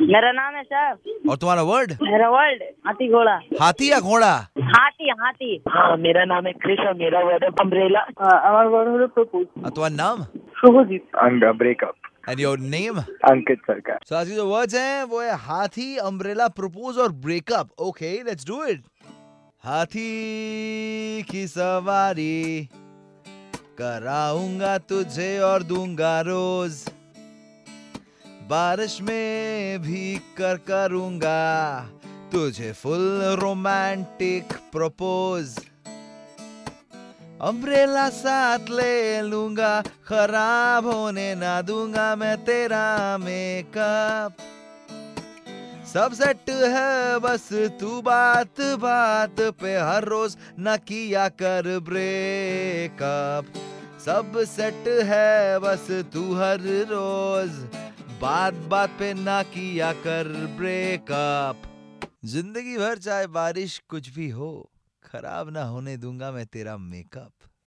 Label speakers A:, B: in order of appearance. A: मेरा नाम है सर
B: और तुम्हारा वर्ड
A: मेरा वर्ल्ड हाथी घोड़ा
B: हाथी या घोड़ा
A: हाथी हाथी
C: हाँ मेरा नाम है क्रिश और मेरा वर्ड है अम्ब्रेला
D: আমার ওয়ার্ড হলো প্রপোজ
B: और तुम्हारा नाम
D: Subhajit
E: and a breakup.
B: And your name
E: Ankit Sarkar.
B: So आज के जो वर्ड्स हैं वो है हाथी अम्ब्रेला प्रपोज और breakup okay let's do it हाथी की सवारी कराऊंगा तुझे और दूंगा रोज बारिश में भी कर करूंगा तुझे फुल रोमांटिक प्रपोज अम्ब्रेला साथ ले लूंगा खराब होने ना दूंगा मैं तेरा मेकअप सब सेट है बस तू बात बात पे हर रोज न किया कर ब्रेकअप सब सेट है बस तू हर रोज बात बात पे ना किया कर ब्रेकअप जिंदगी भर चाहे बारिश कुछ भी हो खराब ना होने दूंगा मैं तेरा मेकअप